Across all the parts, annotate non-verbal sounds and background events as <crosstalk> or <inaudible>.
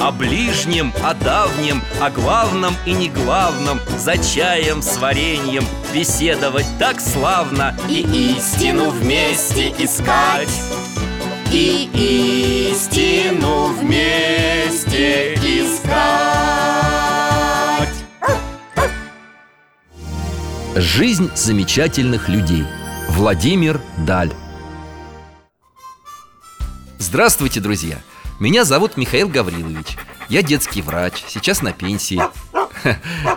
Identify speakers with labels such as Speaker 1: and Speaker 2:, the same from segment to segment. Speaker 1: О ближнем, о давнем, о главном и не главном За чаем с вареньем беседовать так славно
Speaker 2: И истину вместе искать.
Speaker 1: И истину вместе искать Жизнь замечательных людей Владимир Даль Здравствуйте, друзья! Меня зовут Михаил Гаврилович Я детский врач, сейчас на пенсии <laughs>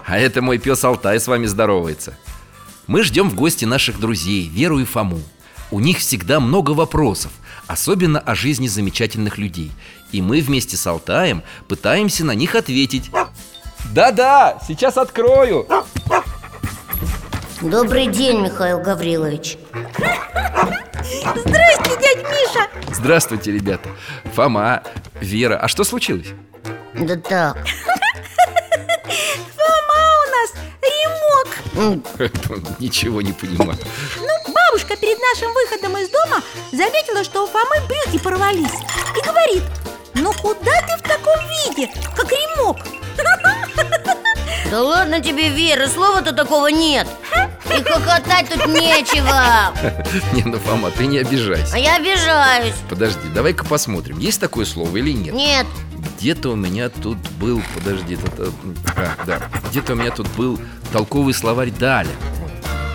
Speaker 1: А это мой пес Алтай с вами здоровается Мы ждем в гости наших друзей Веру и Фому У них всегда много вопросов Особенно о жизни замечательных людей И мы вместе с Алтаем пытаемся на них ответить да-да, сейчас открою
Speaker 2: Добрый день, Михаил Гаврилович
Speaker 3: Здрасте, дядь Миша!
Speaker 1: Здравствуйте, ребята Фома, Вера, а что случилось?
Speaker 2: Да так,
Speaker 3: Фома у нас ремок!
Speaker 1: <laughs> Ничего не понимаю
Speaker 3: Ну, бабушка перед нашим выходом из дома заметила, что у Фомы брюки порвались И говорит, ну куда ты в таком виде, как ремок?
Speaker 2: Да ладно тебе, Вера, слова-то такого нет И хохотать тут нечего
Speaker 1: Не, ну, Фома, ты не обижайся
Speaker 2: А я обижаюсь
Speaker 1: Подожди, давай-ка посмотрим, есть такое слово или нет
Speaker 2: Нет,
Speaker 1: Где-то у меня тут был, подожди, тут, э, а, да. где-то у меня тут был толковый словарь Даля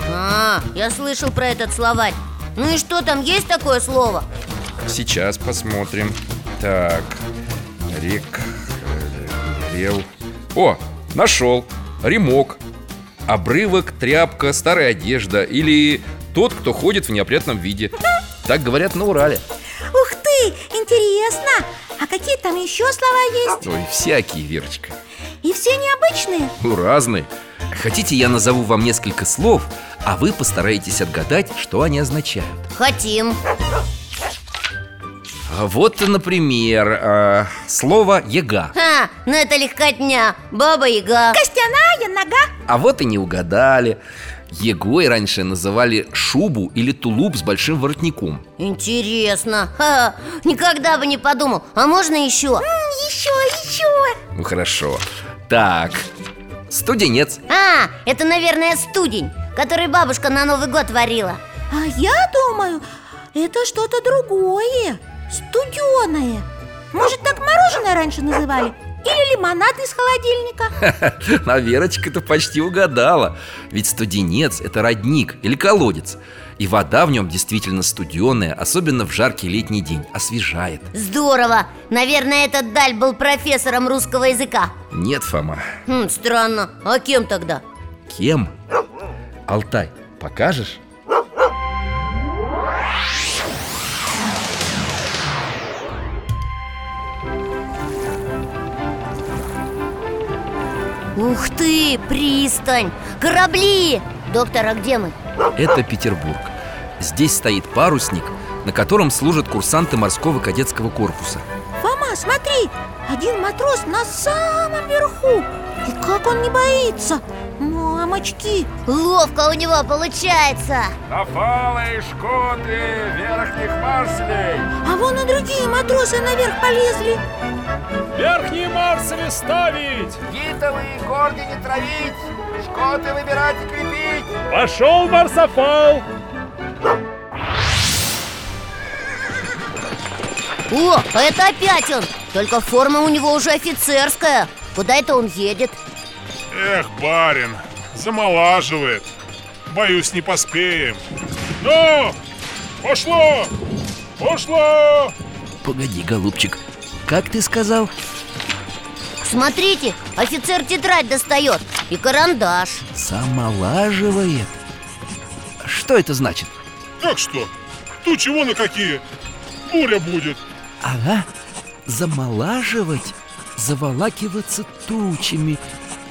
Speaker 2: а, я слышал про этот словарь Ну и что там, есть такое слово?
Speaker 1: Сейчас посмотрим Так, рек, э, рел О, нашел, ремок Обрывок, тряпка, старая одежда Или тот, кто ходит в неопрятном виде Так говорят на Урале
Speaker 3: Ух ты, интересно! А какие там еще слова есть?
Speaker 1: Ой, всякие, Верочка
Speaker 3: И все необычные?
Speaker 1: Ну, разные. Хотите, я назову вам несколько слов, а вы постараетесь отгадать, что они означают.
Speaker 2: Хотим
Speaker 1: А Вот, например, э, слово «ега».
Speaker 2: Ха, ну это легкотня, баба-яга
Speaker 3: Костяная нога
Speaker 1: А вот и не угадали. Егой раньше называли шубу или тулуп с большим воротником.
Speaker 2: Интересно, ха, никогда бы не подумал А можно еще?
Speaker 3: Еще, еще
Speaker 1: Ну хорошо. Так, студенец. <laughs>
Speaker 2: А, это, наверное, студень, который бабушка на Новый год варила
Speaker 3: А я думаю, это что-то другое Студеное Может, так мороженое раньше называли? Или лимонад из холодильника?
Speaker 1: А Верочка-то почти угадала. Ведь студенец – это родник или колодец. И вода в нем действительно студеная, особенно в жаркий летний день, освежает.
Speaker 2: Здорово, наверное, этот Даль был профессором русского языка
Speaker 1: Нет, Фома,
Speaker 2: Хм, странно, а кем тогда?
Speaker 1: Кем? Алтай, покажешь?
Speaker 2: Ух ты, пристань, корабли Доктор, а где мы?
Speaker 1: Это Петербург. Здесь стоит парусник, на котором служат курсанты морского кадетского корпуса.
Speaker 3: Фома, смотри, один матрос на самом верху И как он не боится Мамочки,
Speaker 2: Ловко у него получается
Speaker 4: Нафалы и шкоты верхних маслей
Speaker 3: а вон и другие матросы наверх полезли
Speaker 5: Верхние марсели ставить!
Speaker 4: Гитовые горни не травить Шкоты выбирать и крепить
Speaker 5: Пошел марсофал!
Speaker 2: О, а это опять он Только форма у него уже офицерская Куда это он едет?
Speaker 6: Эх, барин, замолаживает. Боюсь, не поспеем.
Speaker 5: Ну, пошло! Пошло!
Speaker 1: Погоди, голубчик, как ты сказал?
Speaker 2: Смотрите, офицер тетрадь достает И карандаш
Speaker 1: Самолаживает. Что это значит?
Speaker 6: Как что? Тучи вон и какие. Буря будет.
Speaker 1: Ага, замолаживать, заволакиваться тучами.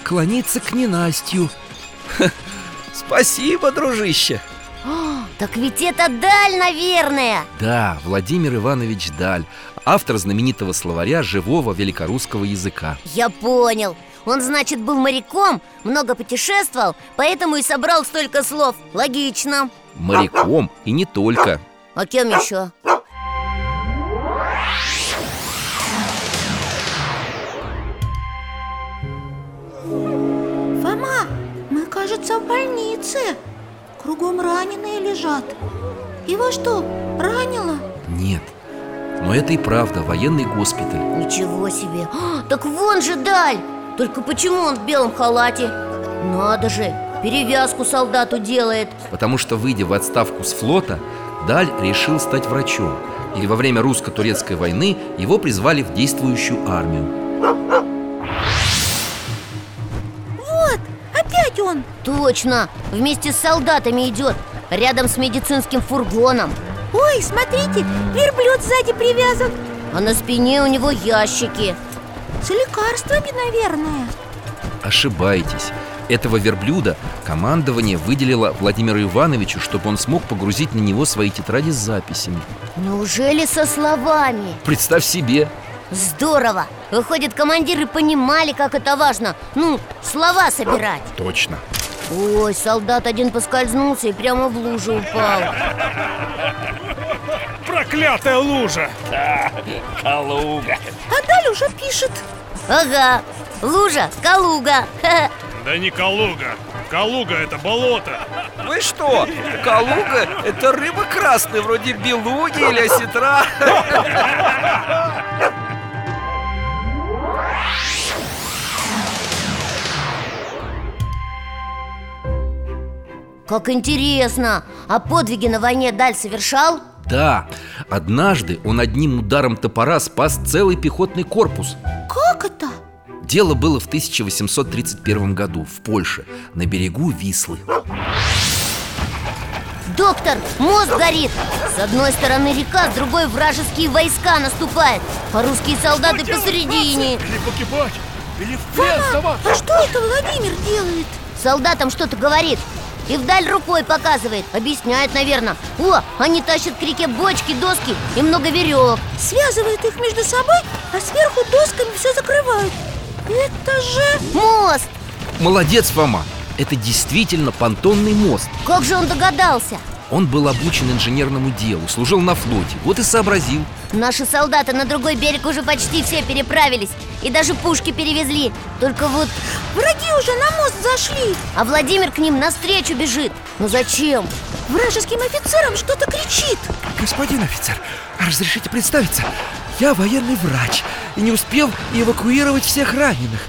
Speaker 1: клонится к ненастью. Ха, Спасибо, дружище.
Speaker 2: А, Так ведь это даль, наверное
Speaker 1: Да, Владимир Иванович Даль, автор знаменитого словаря живого великорусского языка.
Speaker 2: Я понял Он, значит, был моряком, много путешествовал Поэтому и собрал столько слов Логично
Speaker 1: Моряком и не только.
Speaker 2: А кем еще?
Speaker 3: Фома, мы, кажется, в больнице Кругом раненые лежат Его что, ранило?
Speaker 1: Нет. Но это и правда военный госпиталь.
Speaker 2: Ничего себе А, Так вон же даль Только почему он в белом халате? Надо же, перевязку солдату делает
Speaker 1: Потому что, выйдя в отставку с флота, Даль решил стать врачом. И во время русско-турецкой войны его призвали в действующую армию.
Speaker 3: Вот, опять он
Speaker 2: Точно, вместе с солдатами идет Рядом с медицинским фургоном
Speaker 3: Ой, смотрите, верблюд сзади привязан
Speaker 2: А на спине у него ящики
Speaker 3: С лекарствами, наверное
Speaker 1: Ошибаетесь. Этого верблюда командование выделило Владимиру Ивановичу, чтобы он смог погрузить на него свои тетради с записями.
Speaker 2: Неужели со словами?
Speaker 1: Представь себе,
Speaker 2: Здорово! Выходит, командиры понимали, как это важно Ну, слова собирать
Speaker 1: Точно.
Speaker 2: Ой, солдат один поскользнулся и прямо в лужу упал
Speaker 5: Проклятая лужа!
Speaker 3: А Даль уже пишет
Speaker 2: Ага, лужа, калуга <laughs> Ха-ха.
Speaker 5: Да не Калуга. Калуга это болото.
Speaker 1: Вы что, Калуга – это рыба красная, вроде белуги или осетра?
Speaker 2: Как интересно! А подвиги на войне Даль совершал?
Speaker 1: Да, однажды он одним ударом топора спас целый пехотный корпус.
Speaker 3: Как это?
Speaker 1: Дело было в 1831 году в Польше, на берегу Вислы.
Speaker 2: Доктор, мост горит! С одной стороны река, с другой вражеские войска наступают А русские солдаты посередине
Speaker 5: Или погибать, или в плен
Speaker 3: А что это Владимир делает?
Speaker 2: Солдатам что-то говорит И вдаль рукой показывает Объясняет, наверное О, они тащат к реке бочки, доски и много веревок
Speaker 3: Связывает их между собой, а сверху досками все закрывают Это же...
Speaker 2: Мост!
Speaker 1: Молодец, Фома! Это действительно понтонный мост.
Speaker 2: Как же он догадался?
Speaker 1: Он был обучен инженерному делу, служил на флоте, вот и сообразил.
Speaker 2: Наши солдаты на другой берег уже почти все переправились И даже пушки перевезли Только вот...
Speaker 3: Враги уже на мост зашли
Speaker 2: А Владимир к ним навстречу бежит Ну зачем?
Speaker 3: Вражеским офицерам что-то кричит
Speaker 7: Господин офицер, а разрешите представиться? Я военный врач и не успел эвакуировать всех раненых.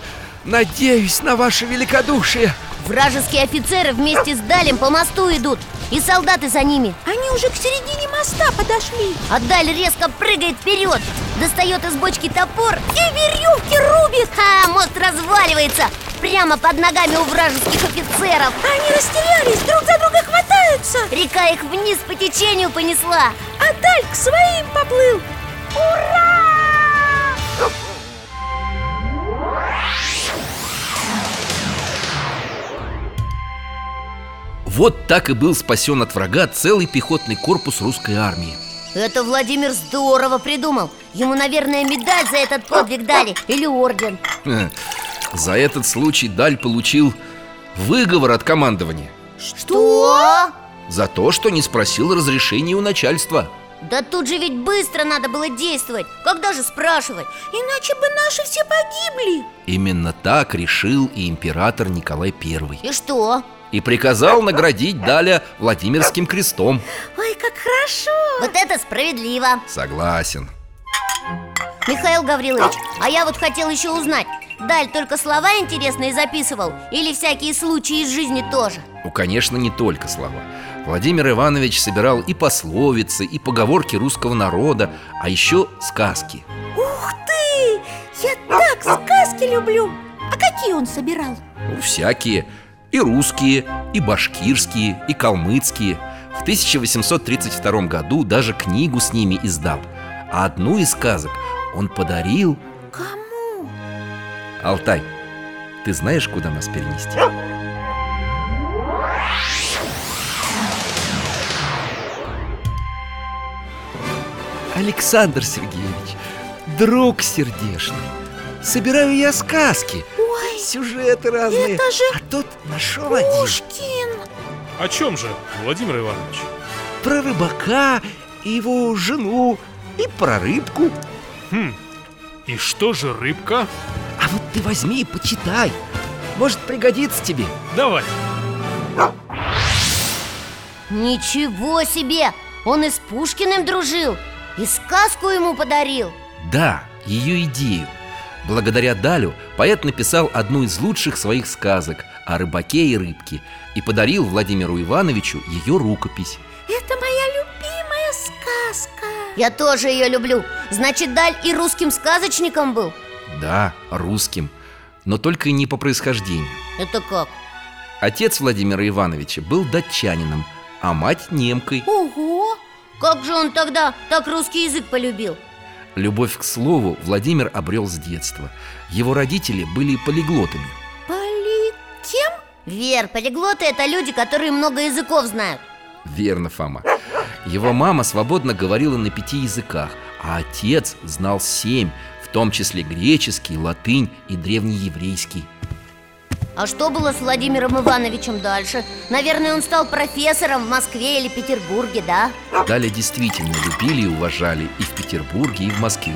Speaker 7: Надеюсь на ваше великодушие.
Speaker 2: Вражеские офицеры вместе с Далем по мосту идут И солдаты за ними
Speaker 3: Они уже к середине моста подошли
Speaker 2: А Даль резко прыгает вперед Достает из бочки топор
Speaker 3: И веревки рубит
Speaker 2: Ха, А мост разваливается Прямо под ногами у вражеских офицеров
Speaker 3: Они растерялись, друг за друга хватаются
Speaker 2: Река их вниз по течению понесла
Speaker 3: А Даль к своим поплыл
Speaker 1: Вот так и был спасен от врага целый пехотный корпус русской армии.
Speaker 2: Это Владимир здорово придумал Ему, наверное, медаль за этот подвиг дали Или орден
Speaker 1: Э, За этот случай Даль получил выговор от командования
Speaker 2: Что?
Speaker 1: за то, что не спросил разрешения у начальства.
Speaker 2: Да тут же ведь быстро надо было действовать Когда же спрашивать?
Speaker 3: Иначе бы наши все погибли
Speaker 1: Именно так решил и император Николай I.
Speaker 2: И что?
Speaker 1: И приказал наградить Даля Владимирским крестом.
Speaker 3: Ой, как хорошо
Speaker 2: Вот это справедливо
Speaker 1: Согласен.
Speaker 2: Михаил Гаврилович, а я вот хотел еще узнать Даль только слова интересные записывал? Или всякие случаи из жизни тоже?
Speaker 1: Ну, конечно, не только слова. Владимир Иванович собирал и пословицы, и поговорки русского народа, а еще сказки.
Speaker 3: Ух ты! Я так сказки люблю А какие он собирал?
Speaker 1: Ну, всякие. И русские, и башкирские, и калмыцкие. В 1832 году даже книгу с ними издал. А одну из сказок он подарил
Speaker 3: Кому?
Speaker 1: Алтай. Ты знаешь, куда нас перенести? Александр Сергеевич, друг сердечный Собираю я сказки
Speaker 3: Ой,
Speaker 1: Сюжеты разные
Speaker 3: Это же
Speaker 1: А тут нашел один
Speaker 3: Пушкин
Speaker 5: О чем же, Владимир Иванович?
Speaker 1: Про рыбака и его жену И про рыбку
Speaker 5: Хм, и что же рыбка?
Speaker 1: А вот ты возьми и почитай Может пригодится тебе
Speaker 5: Давай.
Speaker 2: Ничего себе! Он и с Пушкиным дружил И сказку ему подарил
Speaker 1: Да, ее идею Благодаря Далю поэт написал одну из лучших своих сказок о рыбаке и рыбке и подарил Владимиру Ивановичу ее рукопись.
Speaker 3: Это моя любимая сказка
Speaker 2: Я тоже ее люблю Значит, Даль и русским сказочником был
Speaker 1: Да, русским, но только не по происхождению.
Speaker 2: Это как?
Speaker 1: Отец Владимира Ивановича был датчанином, а мать немкой.
Speaker 3: Ого!
Speaker 2: Как же он тогда так русский язык полюбил?
Speaker 1: Любовь к слову Владимир обрел с детства. Его родители были полиглотами.
Speaker 3: Полетим?
Speaker 2: Вер, полиглоты это люди, которые много языков знают
Speaker 1: Верно, Фома. Его мама свободно говорила на пяти языках, а отец знал семь, в том числе греческий, латынь и древнееврейский.
Speaker 2: А что было с Владимиром Ивановичем дальше? Наверное, он стал профессором в Москве или Петербурге, да?
Speaker 1: Даля действительно любили и уважали и в Петербурге, и в Москве.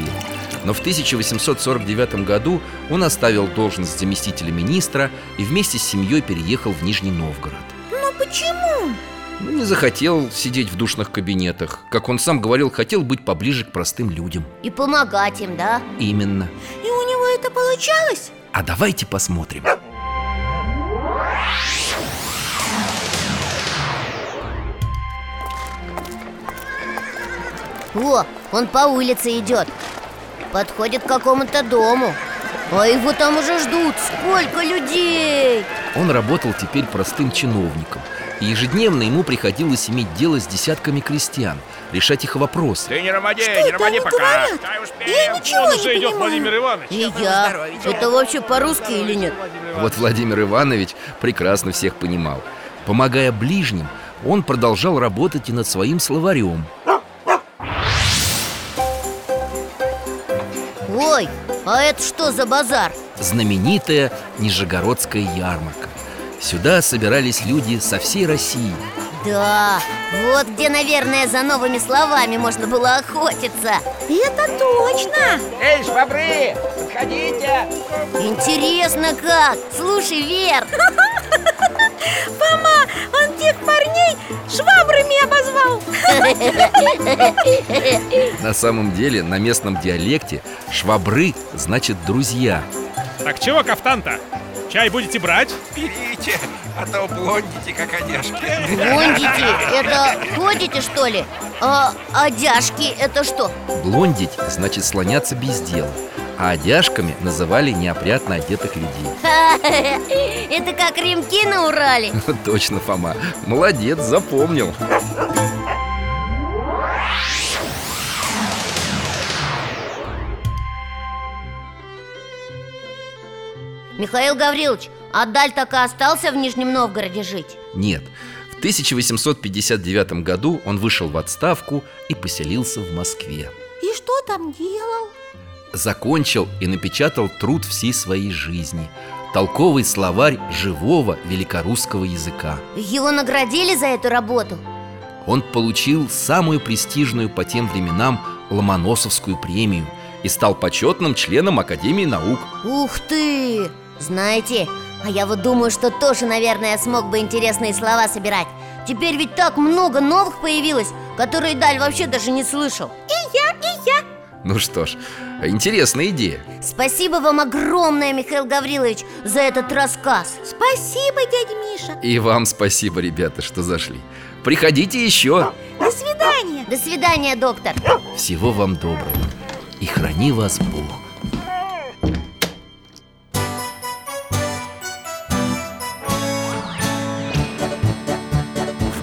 Speaker 1: Но в 1849 году он оставил должность заместителя министра и вместе с семьей переехал в Нижний Новгород.
Speaker 3: Но почему?
Speaker 1: Ну, Не захотел сидеть в душных кабинетах. Как он сам говорил, хотел быть поближе к простым людям.
Speaker 2: И помогать им, да?
Speaker 1: Именно.
Speaker 3: И у него это получалось?
Speaker 1: А давайте посмотрим.
Speaker 2: О, он по улице идет Подходит к какому-то дому А его там уже ждут Сколько людей
Speaker 1: Он работал теперь простым чиновником. И ежедневно ему приходилось иметь дело с десятками крестьян, решать их вопросы.
Speaker 4: Ты не ромади,
Speaker 3: Что
Speaker 4: не
Speaker 3: это
Speaker 4: ромади
Speaker 3: они
Speaker 4: пока.
Speaker 3: говорят?
Speaker 4: Дай уж
Speaker 3: Я
Speaker 4: пей.
Speaker 3: ничего не
Speaker 5: идет
Speaker 3: понимаю
Speaker 5: Владимир Иванович.
Speaker 2: И я Это вообще по-русски или нет?
Speaker 1: А Вот Владимир Иванович прекрасно всех понимал. Помогая ближним, он продолжал работать и над своим словарем.
Speaker 2: Ой, а это что за базар?
Speaker 1: Знаменитая Нижегородская ярмарка. Сюда собирались люди со всей России.
Speaker 2: Да, вот где, наверное, за новыми словами можно было охотиться
Speaker 3: Это точно!
Speaker 4: Эй, швабры, подходите!
Speaker 2: Интересно как! Слушай, Вер,
Speaker 3: Фома, он тех парней швабрами обозвал
Speaker 1: На самом деле, на местном диалекте швабры значит друзья.
Speaker 5: Так чего кафтан-то? Чай будете брать?
Speaker 4: Берите, а то блондите, как одежки.
Speaker 2: блондики, это ходите, что ли? А одяжки, это что?
Speaker 1: Блондить значит слоняться без дела, а одяжками называли неопрятно одетых людей. <laughs>
Speaker 2: Это как ремки на Урале
Speaker 1: Точно, Фома. Молодец, запомнил.
Speaker 2: Михаил Гаврилович, а Даль так и остался в Нижнем Новгороде жить?
Speaker 1: Нет. В 1859 году он вышел в отставку и поселился в Москве.
Speaker 3: И что там делал?
Speaker 1: Закончил и напечатал труд всей своей жизни. Толковый словарь живого великорусского языка.
Speaker 2: Его наградили за эту работу?
Speaker 1: Он получил самую престижную по тем временам Ломоносовскую премию и стал почетным членом Академии наук.
Speaker 2: Ух ты! Знаете, а я вот думаю, что тоже, наверное, смог бы интересные слова собирать Теперь ведь так много новых появилось, которые Даль вообще даже не слышал
Speaker 3: И я, и я
Speaker 1: Ну что ж, интересная идея.
Speaker 2: Спасибо вам огромное, Михаил Гаврилович, за этот рассказ
Speaker 3: Спасибо, дядя Миша
Speaker 1: И вам спасибо, ребята, что зашли. Приходите еще.
Speaker 3: До свидания
Speaker 2: До свидания, доктор
Speaker 1: Всего вам доброго. И храни вас Бог. В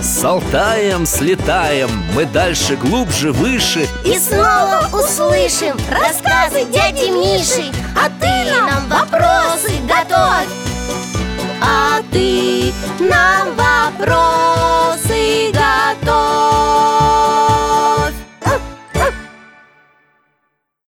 Speaker 1: С Алтаем слетаем, мы дальше, глубже, выше
Speaker 3: И снова услышим рассказы дяди Миши А ты нам вопросы готовь А ты нам вопросы